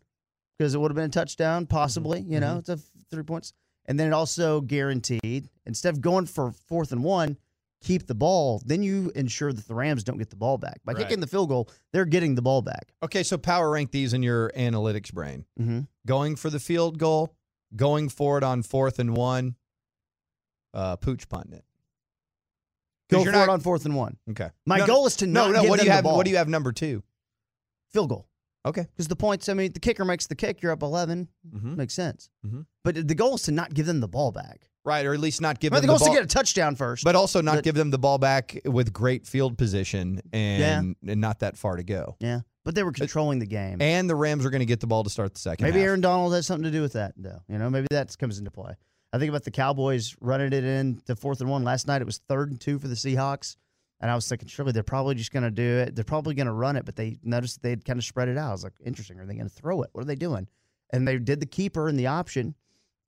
F: because it would have been a touchdown,
G: Mm-hmm.
F: possibly, you know, it's a f- three points. And then it also guaranteed instead of going for fourth and one, keep the ball. Then you ensure that the Rams don't get the ball back. By
G: Right.
F: kicking the field goal, they're getting the ball back.
G: okay, so power rank these in your analytics brain.
F: Mm-hmm.
G: going for the field goal, going for it on fourth and one, uh, pooch punting it.
F: Go
G: 'Cause
F: for
G: you're not-
F: it on fourth and one.
G: Okay.
F: My
G: No,
F: goal is to
G: No,
F: not
G: no.
F: give
G: What
F: them
G: do you
F: the
G: have?
F: ball.
G: What do you have? Number two.
F: Field goal.
G: Okay.
F: Because the points. I mean, the kicker makes the kick. You're up 11.
G: Mhm.
F: Makes sense.
G: Mhm.
F: But the goal is to not give them the ball back.
G: Right, or at least not give
F: But the
G: them the
F: goal is to
G: ball,
F: get a touchdown first.
G: but also not
F: but-
G: give them the ball back with great field position and and not that far to go.
F: yeah, but they were controlling the game.
G: And the Rams are going to get the ball to start the second.
F: Maybe
G: half.
F: Aaron Donald has something to do with that, though. You know, maybe that comes into play. I think about the Cowboys running it in to fourth and one last night. It was third and two for the Seahawks, and I was thinking, surely they're probably just going to do it. They're probably going to run it, but they noticed that they'd kind of spread it out. I was like, interesting. Are they going to throw it? What are they doing? And they did the keeper and the option,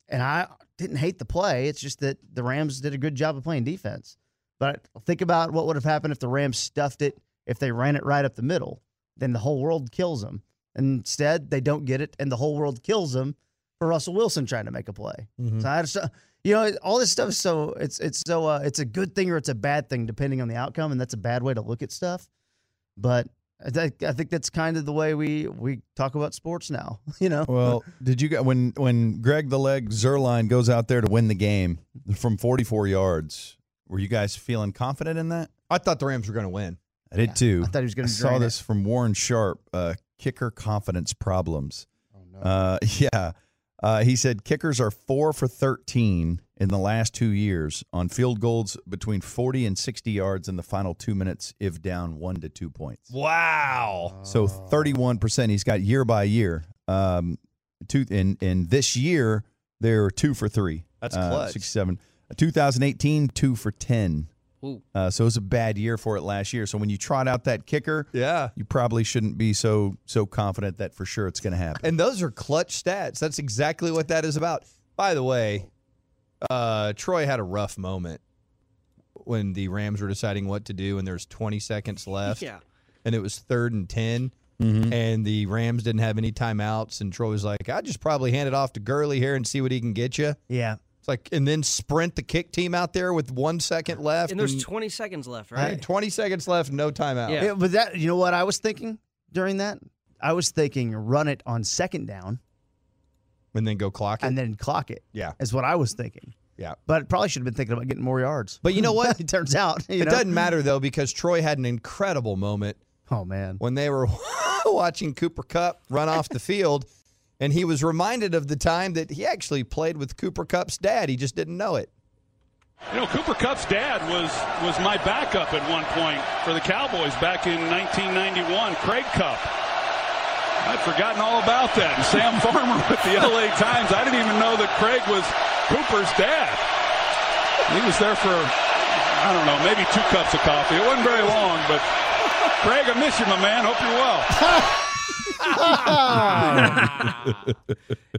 F: and I didn't hate the play. It's just that the Rams did a good job of playing defense. But think about what would have happened if the Rams stuffed it, if they ran it right up the middle. Then the whole world kills them. And instead, they don't get it, and the whole world kills them for Russell Wilson trying to make a play.
G: Mm-hmm.
F: So I just, you know, all this stuff is so it's it's so uh, it's a good thing or it's a bad thing depending on the outcome, and that's a bad way to look at stuff. But I, think I think that's kind of the way we we talk about sports now. You know,
C: Well, did you get when when Greg the Leg Zerline goes out there to win the game from 44 yards? Were you guys feeling confident in that?
G: I thought the Rams were going to win.
C: I did too.
F: I thought he was going
C: I
F: to
C: saw
F: drain
C: this from Warren Sharp, uh, kicker confidence problems. Uh, yeah. Uh, he said kickers are four for 13 in the last two years on field goals between 40 and 60 yards in the final two minutes if down one to two points.
E: Wow.
C: So 31%. He's got year by year. Um, two in in this year they're two for three.
E: That's
C: uh,
E: clutch.
C: Sixty-seven. 2018, two for ten.
H: Ooh.
C: Uh, so it was a bad year for it last year. So when you trot out that kicker,
G: Yeah.
C: you probably shouldn't be so so confident that for sure it's going to happen.
G: And those are clutch stats. That's exactly what that is about. By the way, uh, Troy had a rough moment when the Rams were deciding what to do, and there's 20 seconds left.
H: Yeah.
G: And it was third and 10,
F: Mm-hmm.
G: and the Rams didn't have any timeouts. And Troy was like, I just probably hand it off to Gurley here and see what he can get you.
F: Yeah,
G: It's like, and then sprint the kick team out there with one second left.
H: And
I: Mm.
H: there's 20 seconds left,
G: and
H: right?
G: 20 seconds left, no timeout.
H: Yeah.
F: Yeah, but that you know what I was thinking during that? I was thinking run it on second down
G: And then go clock it.
F: and then clock it.
G: Yeah.
F: Is what I was thinking.
G: Yeah.
F: But probably should have been thinking about getting more yards.
G: But you know what?
F: it turns out. You
G: it
F: know?
G: doesn't matter, though, because Troy had an incredible moment
F: Oh man.
G: when they were watching Cooper Cup run off the field, and he was reminded of the time that he actually played with Cooper Cup's dad. He just didn't know it.
J: You know, Cooper Cup's dad was was my backup at one point for the Cowboys back in 1991, Craig Cup. I'd forgotten all about that. And Sam Farmer with the LA Times. I didn't even know that Craig was Cooper's dad. He was there for I don't know, maybe two cups of coffee. It wasn't very long, but Craig, I miss you, my man. Hope you're well.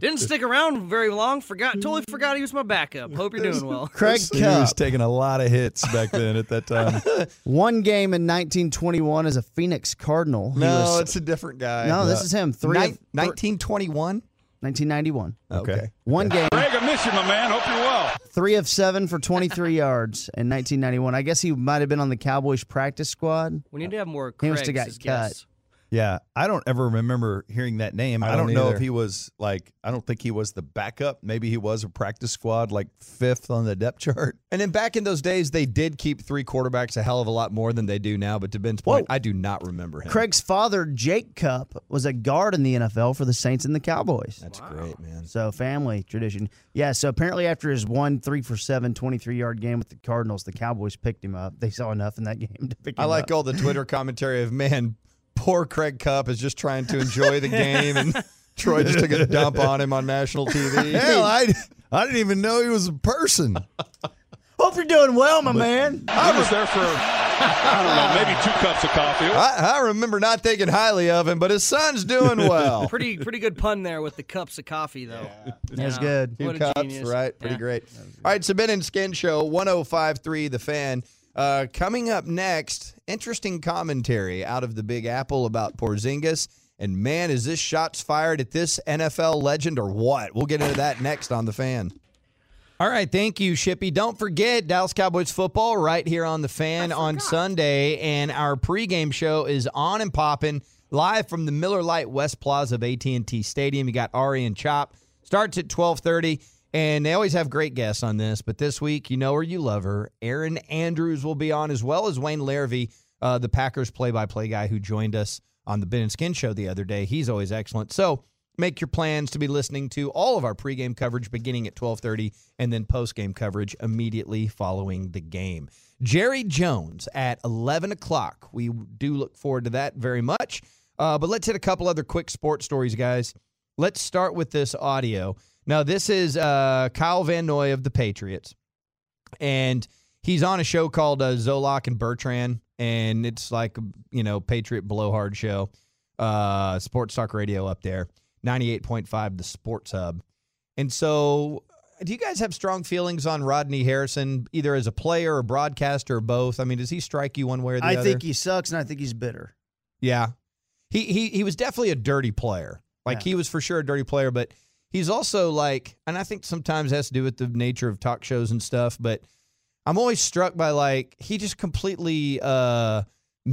H: Didn't stick around very long. Forgot, totally forgot he was my backup. Hope you're doing well.
F: Craig
C: He
F: Cup,
C: was taking a lot of hits back then at that time.
F: one game in 1921 as a Phoenix Cardinal. He was-
G: a different guy.
F: no, this is him. Three of-
G: 1921.
F: 1991.
G: Okay.
F: One game,
J: Craig, I miss you, my man. Hope you're well.
F: three of seven for 23 yards in 1991. I guess he might have been on the Cowboys practice squad.
H: We need to have more
F: He must
H: Craig's
F: have got
H: as
F: cut.
H: guests.
C: yeah, I don't ever remember hearing that name. I
G: I
C: don't,
G: don't
C: know
G: either.
C: if he was like I don't think he was the backup. Maybe he was a practice squad, like fifth on the depth chart.
G: And then back in those days, they did keep three quarterbacks a hell of a lot more than they do now. But to Ben's point, I do not remember him.
F: Craig's father, Jake Cup, was a guard in the NFL for the Saints and the Cowboys.
G: That's great, man.
F: So family tradition. Yeah, so apparently after his one three for seven, 23 yard game with the Cardinals, the Cowboys picked him up. They saw enough in that game to pick him
G: I
F: up.
G: like all the Twitter commentary of man, poor Craig Cup is just trying to enjoy the game, and Troy just took a dump on him on national TV.
C: Hell, I, I didn't even know he was a person.
F: Hope you're doing well, my man.
J: I was there for I don't know, maybe two cups of coffee. It
G: I, I remember not thinking highly of him, but his son's doing well.
H: Pretty, pretty good pun there with the cups of coffee, though.
F: That's
H: Yeah.
F: good.
G: Two
H: What a
G: cups,
H: genius.
G: right? Pretty
H: Yeah.
G: great. All right, so Ben and Skin Show 1053, The Fan. Uh, coming up next, interesting commentary out of the Big Apple about Porzingis. And man, is this shots fired at this NFL legend or what? We'll get into that next on The Fan. All right, thank you, Shippy. Don't forget Dallas Cowboys football right here on the Fan on Sunday, and our pregame show is on and popping live from the Miller Lite West Plaza of AT and T Stadium. You got Ari and Chop. Starts at twelve thirty, and they always have great guests on this. But this week, you know her, you love her. Aaron Andrews will be on as well as Wayne Larvey, uh, the Packers play-by-play guy who joined us on the Ben and Skin show the other day. He's always excellent. So make your plans to be listening to all of our pregame coverage beginning at 12:30 and then postgame coverage immediately following the game. Jerry Jones at 11 o'clock. We do look forward to that very much. Uh, but let's hit a couple other quick sports stories, guys. Let's start with this audio. Now, this is uh, Kyle Van Noy of the Patriots and he's on a show called uh, Zolock and Bertrand, and it's like you know Patriot blowhard show, uh, sports talk radio up there, ninety eight point five, the Sports Hub, and so. uh, Do you guys have strong feelings on Rodney Harrison, either as a player or broadcaster or both? I mean, does he strike you one way or the
F: I
G: other?
F: think he sucks, and I think he's bitter.
G: Yeah. He he he was definitely a dirty player. Like he was for sure a dirty player, but he's also like and I think sometimes it has to do with the nature of talk shows and stuff, but I'm always struck by like he just completely uh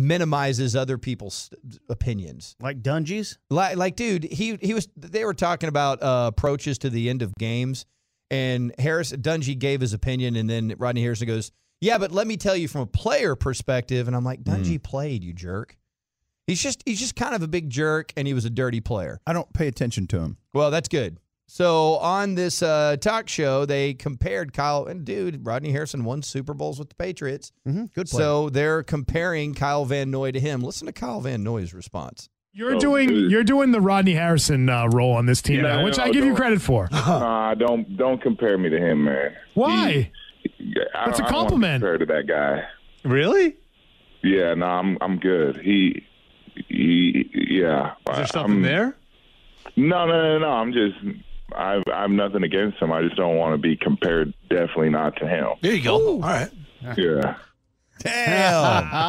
G: minimizes other people's opinions.
F: Like Dungy's?
G: Like like dude, he he was they were talking about uh approaches to the end of games and Harris Dungy gave his opinion and then Rodney Harrison goes, "Yeah, but let me tell you from a player perspective." And I'm like,
C: Mm.
G: "Dungy played, you jerk." He's just he's just kind of a big jerk, and he was a dirty player.
C: I don't pay attention to him.
G: Well, that's good. So on this uh, talk show, they compared Kyle and dude Rodney Harrison won Super Bowls with the Patriots.
F: Mm-hmm. Good
K: player.
G: So they're comparing Kyle Van Noy to him. Listen to Kyle Van Noy's response.
K: You're doing you're doing the Rodney Harrison uh, role on this team
L: Oh, Yeah,
K: now,
L: no,
K: which
L: no,
K: I give you
L: don't.
K: credit for.
L: Uh, don't don't compare me to him, man.
K: Why?
L: Yeah, I,
K: That's a
L: I don't wanna
K: compliment.
L: Compare to that guy.
E: Really?
L: Yeah, no, I'm I'm good. He he yeah. Is there something
E: there?
L: No, no, no, no. I'm just I've I've nothing against him. I just don't want to be compared. Definitely not to him.
M: There you go. All right.
L: Yeah.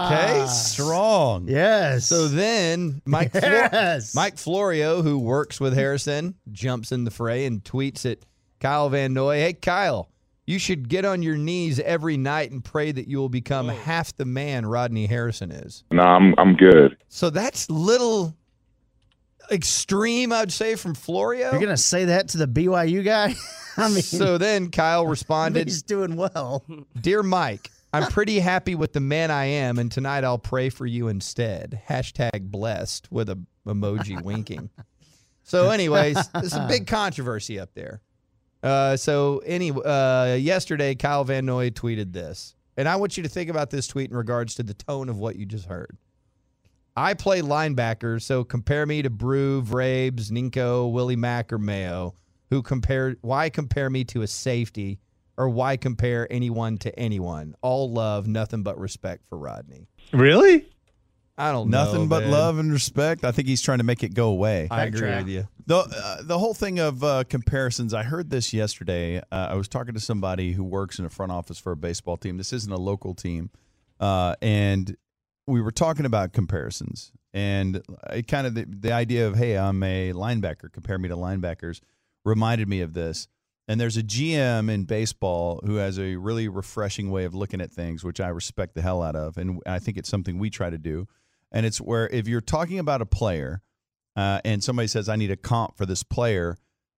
G: okay, strong.
F: Yes.
G: So then Mike Flo-
F: Yes.
G: Mike Florio, who works with Harrison, jumps in the fray and tweets at Kyle Van Noy, "Hey Kyle, you should get on your knees every night and pray that you will become half the man Rodney Harrison is."
L: No, I'm I'm good.
G: So that's little extreme, I'd say, from Florio.
F: You're gonna say that to the BYU guy? I mean,
G: so then Kyle responded,
F: he's doing well.
G: "Dear Mike, I'm pretty happy with the man I am, and tonight I'll pray for you instead." Hashtag blessed with a emoji winking. So, anyways, it's a big controversy up there. Uh, so, any uh, yesterday, Kyle Van Noy tweeted this, and I want you to think about this tweet in regards to the tone of what you just heard. I play linebacker, so compare me to Brew, Vrabes, Ninko, Willie Mack, or Mayo. Who compare? Why compare me to a safety, or why compare anyone to anyone? All love, nothing but respect for Rodney.
E: Really?
G: I don't know.
C: Nothing but
G: man.
C: love and respect. I think he's trying to make it go away.
G: I agree Backtrack. with you.
C: The uh, the whole thing of uh, comparisons. I heard this yesterday. Uh, I was talking to somebody who works in a front office for a baseball team. This isn't a local team, uh, and we were talking about comparisons and it kind of the, the idea of hey, I'm a linebacker. Compare me to linebackers reminded me of this. And there's a GM in baseball who has a really refreshing way of looking at things, which I respect the hell out of, and I think it's something we try to do. And it's where if you're talking about a player, uh, and somebody says, "I need a comp for this player,"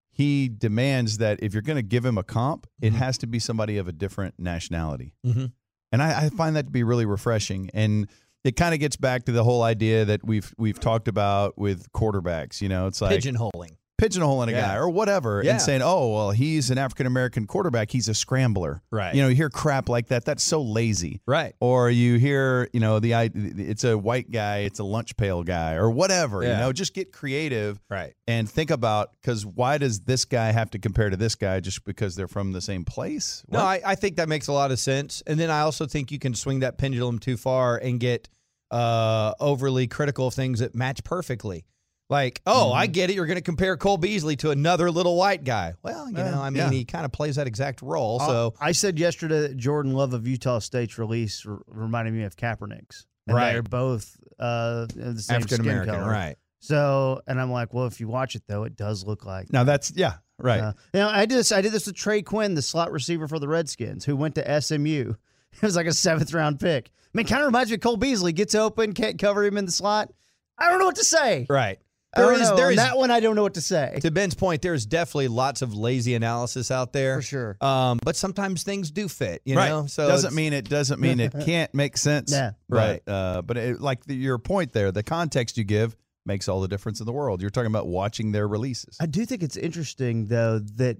C: he demands that if you're going to give him a comp,
G: Mm-hmm.
C: it has to be somebody of a different nationality.
G: Mhm.
C: And I, I find that to be really refreshing. And it kind of gets back to the whole idea that we've we've talked about with quarterbacks. You know, it's like
G: Pigeonholing.
C: pigeonholing a
G: Yeah.
C: guy or whatever,
G: Yeah.
C: and saying, "Oh, well, he's an African American quarterback. He's a scrambler."
G: Right.
C: You know, you hear crap like that. That's so lazy.
G: Right.
C: Or you hear, you know, the i- it's a white guy, it's a lunch pail guy, or whatever. You
G: Yeah.
C: know, just get creative.
G: Right.
C: And think about because why does this guy have to compare to this guy just because they're from the same place?
G: No, I, I think that makes a lot of sense. And then I also think you can swing that pendulum too far and get uh, overly critical of things that match perfectly. Like, oh, I get it. You're going to compare Cole Beasley to another little white guy. Well, you
F: Yeah,
G: know, I mean,
F: yeah.
G: he kind of plays that exact role. So,
F: Uh, I said yesterday that Jordan Love of Utah State's release r- reminded me of Kaepernick's. And
G: Right.
F: They're both uh, the same
G: African
F: skin
G: American,
F: color.
G: right.
F: So, and I'm like, well, if you watch it though, it does look like.
C: Now that's yeah, right.
F: Uh, you know, I did this. I did this with Trey Quinn, the slot receiver for the Redskins, who went to SMU. It was like a seventh round pick. I mean, kind of reminds me of Cole Beasley. Gets open, can't cover him in the slot. I don't know what to say.
G: right.
F: I
G: There
F: don't
G: is,
F: know.
G: there
F: On
G: is,
F: that one. I don't know what to say.
G: to Ben's point, there's definitely lots of lazy analysis out there. For
F: sure.
G: Um, but sometimes things do fit, you know? So,
C: doesn't
G: it's-
C: mean it doesn't mean it can't make sense.
G: Yeah.
C: But, uh, but it, like the, your point there, the context you give makes all the difference in the world. You're talking about watching their releases.
F: I do think it's interesting though that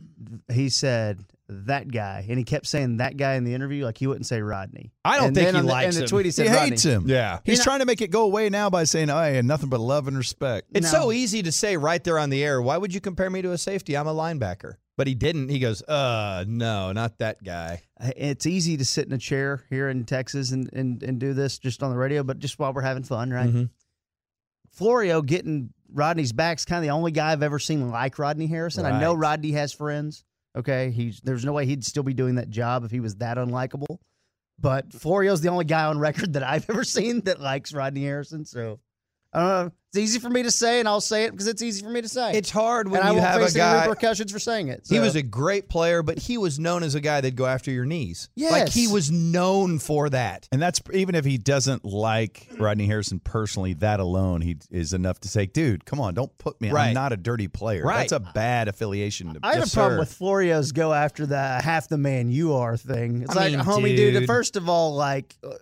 F: he said that guy, and he kept saying that guy in the interview, like he wouldn't say Rodney.
C: I don't
F: And
C: think
F: then
C: he
F: on the-
C: likes
F: in
C: him.
F: the tweet he said
C: he
F: Rodney.
C: hates him.
G: Yeah.
C: he's
G: You know-
C: trying to make it go away now by saying, "Oh, "I had nothing but love and respect."
G: It's so easy to say right there on the air. Why would you compare me to a safety? I'm a linebacker. But he didn't. He goes, uh, no, not that guy.
F: Uh, It's easy to sit in a chair here in Texas and and, and do this just on the radio, but just while we're having fun, right?
G: Mhm.
F: Florio getting Rodney's back's kind of the only guy I've ever seen like Rodney Harrison. I know
G: Right.
F: Rodney has friends. Okay, he's there's no way he'd still be doing that job if he was that unlikable. But Florio's the only guy on record that I've ever seen that likes Rodney Harrison. So I don't know. It's easy for me to say, and I'll say it because it's easy for me to say.
G: It's hard when
F: and I
G: you
F: won't
G: have a
F: face
G: guy-
F: any repercussions for saying it.
G: He
F: so.
G: was a great player, but he was known as a guy that'd go after your knees. Like he
F: Yes.
G: was known for that.
C: And that's even if he doesn't like Rodney Harrison personally, that alone he is enough to say, "Dude, come on, don't put me.
G: Right.
C: I'm not a dirty player.
G: Right.
C: That's a bad affiliation." To,
F: I have
C: Yes,
F: a problem
C: sir.
F: with Florio's go after the half the man you are thing. It's
G: I
F: like,
G: mean,
F: homie, dude.
G: dude.
F: First of all, like, uh,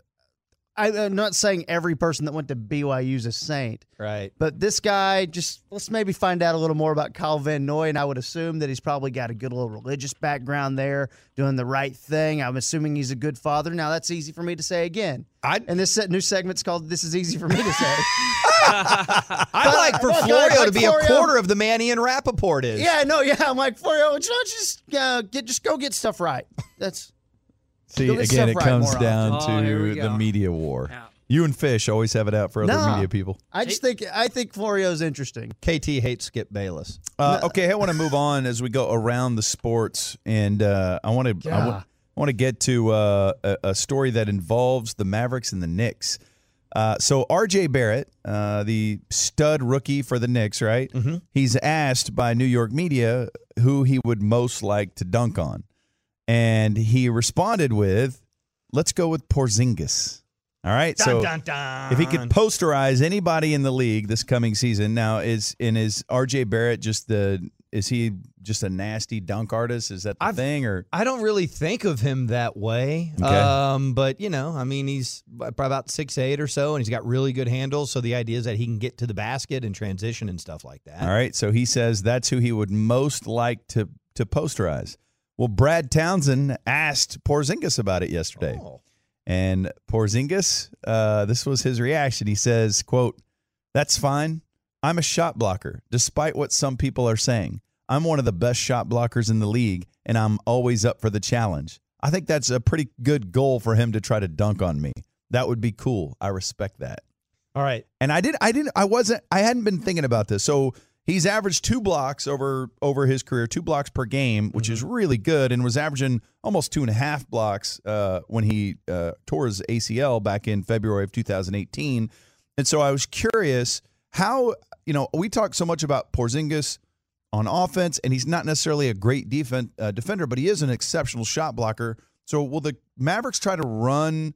F: I, I'm not saying every person that went to BYU's a saint,
G: Right.
F: but this guy just let's maybe find out a little more about Kyle Van Noy, and I would assume that he's probably got a good little religious background there, doing the right thing. I'm assuming he's a good father. Now that's easy for me to say again.
G: I,
F: and this set, new segment's called "This is easy for me to say."
G: I like for
F: Look, I
G: Florio to
F: like
G: be a
F: Florio.
G: quarter of the man Ian Rappaport is.
F: yeah, no, yeah. I'm like Florio, why don't you just uh, get just go get stuff right. That's
C: See,
F: Go get
C: again,
F: stuff
C: it
F: right
C: comes
F: more often.
C: down
F: Oh, here
C: to
F: we
C: the
F: go.
C: media war. You and Fish always have it out for other
F: Nah.
C: media people.
F: I just think I think Florio's interesting.
G: KT hates Skip Bayless.
C: Uh, okay, I want to move on as we go around the sports, and uh, I want to I
G: Yeah.
C: want to get to uh, a, a story that involves the Mavericks and the Knicks. Uh, so R.J. Barrett, uh, the stud rookie for the Knicks, right?
G: Mm-hmm.
C: He's asked by New York media who he would most like to dunk on, and he responded with, "Let's go with Porzingis." All right, so if he could posterize anybody in the league this coming season, now is and is RJ Barrett just the is he just a nasty dunk artist? Is that the thing or
G: I don't really think of him that way.
C: Okay.
G: Um, but you know, I mean, he's probably about six eight or so, and he's got really good handles. So the idea is that he can get to the basket and transition and stuff like that.
C: all right? So he says that's who he would most like to to posterize. Well, Brad Townsend asked Porzingis about it yesterday,
G: Oh.
C: and Porzingis, uh, this was his reaction. He says, "quote That's fine. I'm a shot blocker, despite what some people are saying. I'm one of the best shot blockers in the league, and I'm always up for the challenge. I think that's a pretty good goal for him to try to dunk on me. That would be cool. I respect that.
G: All right.
C: And I did I didn't I wasn't I hadn't been thinking about this. So he's averaged two blocks over over his career, two blocks per game, which is really good, and was averaging almost two and a half blocks uh, when he uh, tore his ACL back in February of 2018. And so I was curious how you know we talk so much about Porzingis on offense, and he's not necessarily a great defen- uh, defender, but he is an exceptional shot blocker. So will the Mavericks try to run?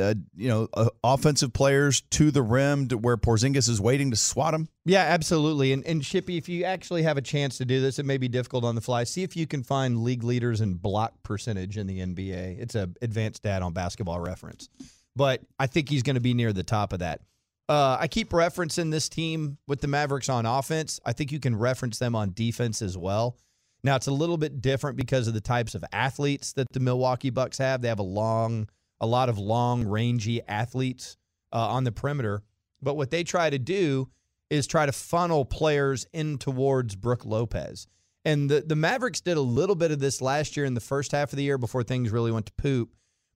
C: uh, you know, uh, offensive players to the rim to where Porzingis is waiting to swat him.
G: Yeah, absolutely. And and Shippy, if you actually have a chance to do this, it may be difficult on the fly. See if you can find league leaders in block percentage in the NBA. It's a advanced stat on Basketball Reference, but I think he's going to be near the top of that. Uh, I keep referencing this team with the Mavericks on offense. I think you can reference them on defense as well. Now it's a little bit different because of the types of athletes that the Milwaukee Bucks have. They have a long, a lot of long, rangy athletes uh, on the perimeter. But what they try to do is try to funnel players in towards Brooke Lopez. And the, the Mavericks did a little bit of this last year in the first half of the year before things really went to poop.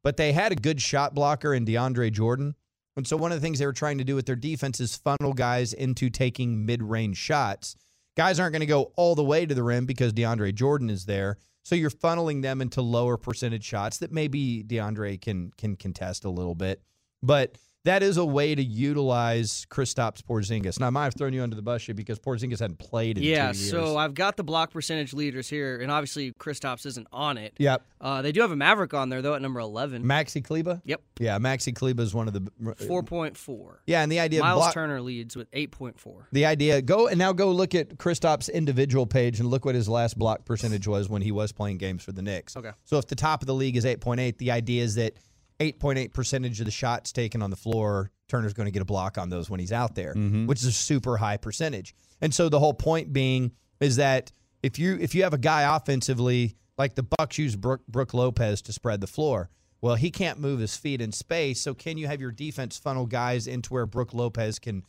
G: But they had a good shot blocker in DeAndre Jordan. And so one of the things they were trying to do with their defense is funnel guys into taking mid range shots. Guys aren't going to go all the way to the rim because DeAndre Jordan is there. So you're funneling them into lower percentage shots that maybe DeAndre can can contest a little bit. But that is a way to utilize Kristaps Porzingis. Now I might have thrown you under the bus here because Porzingis hadn't played in
H: Yeah,
G: two years.
H: so I've got the block percentage leaders here, and obviously Kristaps isn't on it.
G: Yep.
H: Uh, they do have a Maverick on there though at number eleven.
G: Maxi Kleba?
H: Yep.
G: Yeah, Maxi Kleba is one of the uh,
H: Four point four.
G: Yeah, and the idea of
H: Miles
G: block-
H: Turner leads with eight point four.
G: The idea go and now go look at Kristaps' individual page and look what his last block percentage was when he was playing games for the Knicks.
H: Okay.
G: So if the top of the league is 8.8, the idea is that 8.8 percentage of the shots taken on the floor, Turner's going to get a block on those when he's out there, which is a super high percentage. And so the whole point being is that if you if you have a guy offensively like the Bucks use Brooke, Brooke Lopez to spread the floor, well, he can't move his feet in space. So can you have your defense funnel guys into where Brooke Lopez can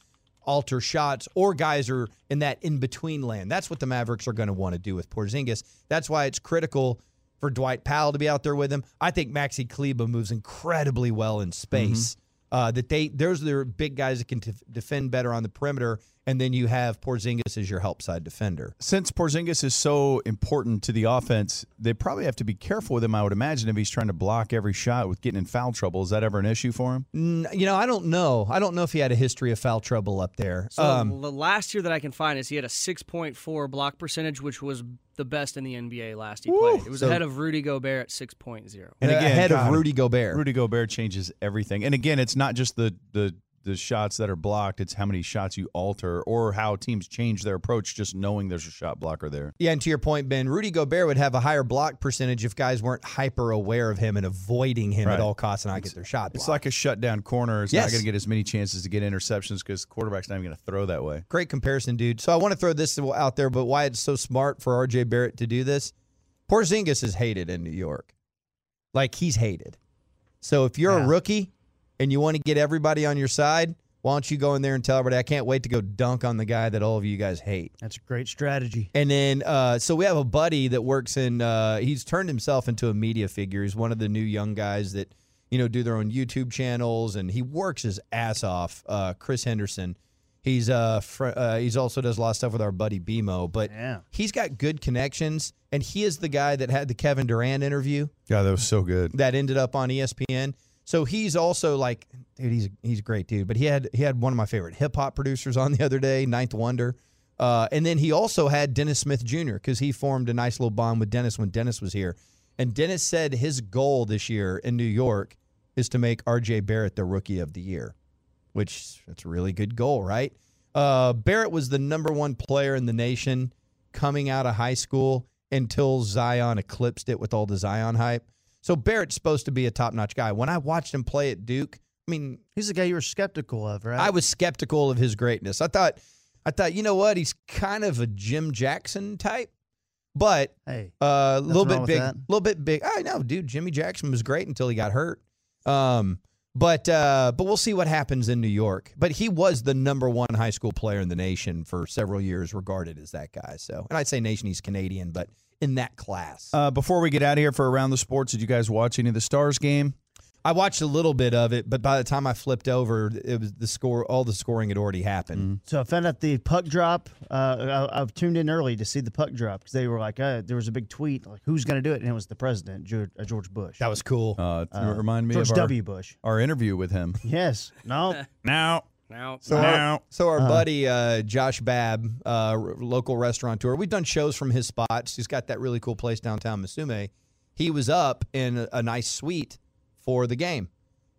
G: alter shots or guys are in that in between land? That's what the Mavericks are going to want to do with Porzingis. That's why it's critical for Dwight Powell to be out there with him. I think Maxi Kleba moves incredibly well in space.
C: Mm-hmm.
G: Uh, that they those are their big guys that can def- defend better on the perimeter, and then you have Porzingis as your help side defender.
C: Since Porzingis is so important to the offense, they probably have to be careful with him. I would imagine if he's trying to block every shot with getting in foul trouble, is that ever an issue for him?
G: N- You know, I don't know. I don't know if he had a history of foul trouble up there.
H: So
G: um,
H: the last year that I can find is he had a 6.4 block percentage, which was the best in the NBA last he played. It was
C: So-
H: ahead of Rudy Gobert at 6.0.
C: And again,
G: Uh, ahead of
C: God,
G: Rudy Gobert.
C: Rudy Gobert changes everything. And again, it's not just the the the shots that are blocked; it's how many shots you alter or how teams change their approach. Just knowing there's a shot blocker there.
G: yeah, and to your point, Ben, Rudy Gobert would have a higher block percentage if guys weren't hyper aware of him and avoiding him
C: Right.
G: at all costs and not get their shot.
C: It's like a shutdown corner. It's not
G: Yes.
C: going to get as many chances to get interceptions because quarterback's not even going to throw that way.
G: Great comparison, dude. So I want to throw this out there, but why it's so smart for RJ Barrett to do this. Porzingis is hated in New York. Like he's hated. So if you're a rookie and you want to get everybody on your side, why don't you go in there and tell everybody, I can't wait to go dunk on the guy that all of you guys hate.
F: That's a great strategy.
G: And then, uh, so we have a buddy that works in. Uh, he's turned himself into a media figure. He's one of the new young guys that you know do their own YouTube channels, and he works his ass off. Uh, Chris Henderson. He's uh, fr- uh he's also does a lot of stuff with our buddy BMO, but he's got good connections, and he is the guy that had the Kevin Durant interview
C: Yeah, that was so good.
G: that ended up on E ESPN. So he's also like, dude, he's a, he's a great dude. But he had he had one of my favorite hip hop producers on the other day, Ninth Wonder, uh, and then he also had Dennis Smith Jr. because he formed a nice little bond with Dennis when Dennis was here. And Dennis said his goal this year in New York is to make R.J. Barrett the Rookie of the Year, which that's a really good goal, right? Uh, Barrett was the number one player in the nation coming out of high school until Zion eclipsed it with all the Zion hype. So Barrett's supposed to be a top notch guy. When I watched him play at Duke, I mean,
F: he's the guy you were skeptical of, right?
G: I was skeptical of his greatness. I thought, I thought, you know what? He's kind of a Jim Jackson type, but
F: Hey,
G: a Uh, little
F: nothing wrong
G: bit
F: with
G: big,
F: that.
G: a little bit big. I know, dude. Jimmy Jackson was great until he got hurt. Um, but uh, but we'll see what happens in New York. But he was the number one high school player in the nation for several years, regarded as that guy. So, and I'd say nation, he's Canadian, but in that class.
C: Uh, before we get out of here for around the sports, did you guys watch any of the Stars game?
G: I watched a little bit of it, but by the time I flipped over, it was the score. All the scoring had already
C: Mm-hmm.
G: happened.
F: So I found out the puck drop. Uh, I, I've tuned in early to see the puck drop because they were like, uh, there was a big tweet like, who's going to do it, and it was the president, George, uh, George Bush.
G: That was cool.
C: Uh, it
F: Uh,
C: remind me
F: George
C: of our,
F: W. Bush.
C: our interview with him.
F: Yes. No.
C: now.
H: Now.
G: So, our, so our buddy uh, Josh Babb, uh, r- local restaurateur, we've done shows from his spots. He's got that really cool place downtown Masume. He was up in a, a nice suite for the game,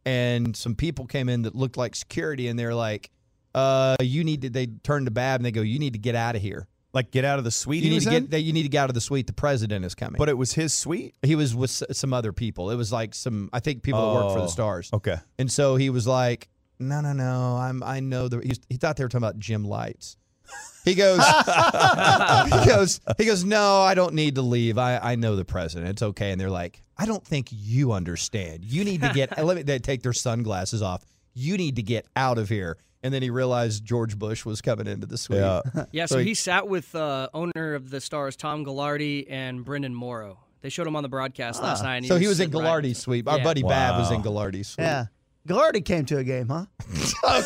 G: and some people came in that looked like security, and they're like, uh, "You need to." They turned to Babb and they go, "You need to get out of here."
C: Like get out of the suite.
G: You
C: he
G: need
C: was
G: to get
C: in?
G: that. You need to get out of the suite. The president is coming.
C: But it was his suite.
G: He was with s- some other people. It was like some, I think, people that work for
C: Oh,
G: the Stars.
C: Okay.
G: And so he was like, "No, no, no. I'm. I know the." He, was- he thought they were talking about gym lights. He goes. he goes. He goes. No, I don't need to leave. I I know the president. It's okay. And they're like, I don't think you understand. You need to get. let me. They take their sunglasses off. You need to get out of here. And then he realized George Bush was coming into the suite. Yeah.
H: Yeah, so he sat with uh, owner of the Stars, Tom Gallardi, and Brendan Morrow. They showed him on the broadcast last night. and
G: Ah, So he was in
H: sitting right-
G: Gallardi's suite. Our
H: Yeah.
G: buddy Bab was in
C: Wow.
G: Gallardi's suite.
F: Yeah. Gallardi came to a game, huh?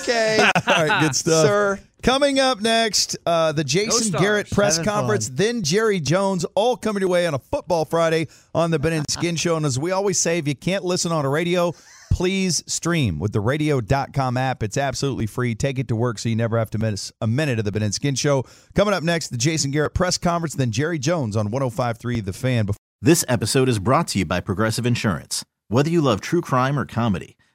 G: okay.
C: All right, good stuff.
G: Sir.
C: Coming up next, uh, the Jason
G: Stars.
C: Garrett press
G: Having
C: conference, then Jerry Jones, all coming your way on a Football Friday on the Ben and Skin Show. And as we always say, if you can't listen on a radio, please stream with the radio.com app. It's absolutely free. Take it to work so you never have to miss a minute of the Ben and Skin Show. Coming up next, the Jason Garrett press conference, then Jerry Jones on 1053 The Fan. Before
M: This episode is brought to you by Progressive Insurance. Whether you love true crime or comedy,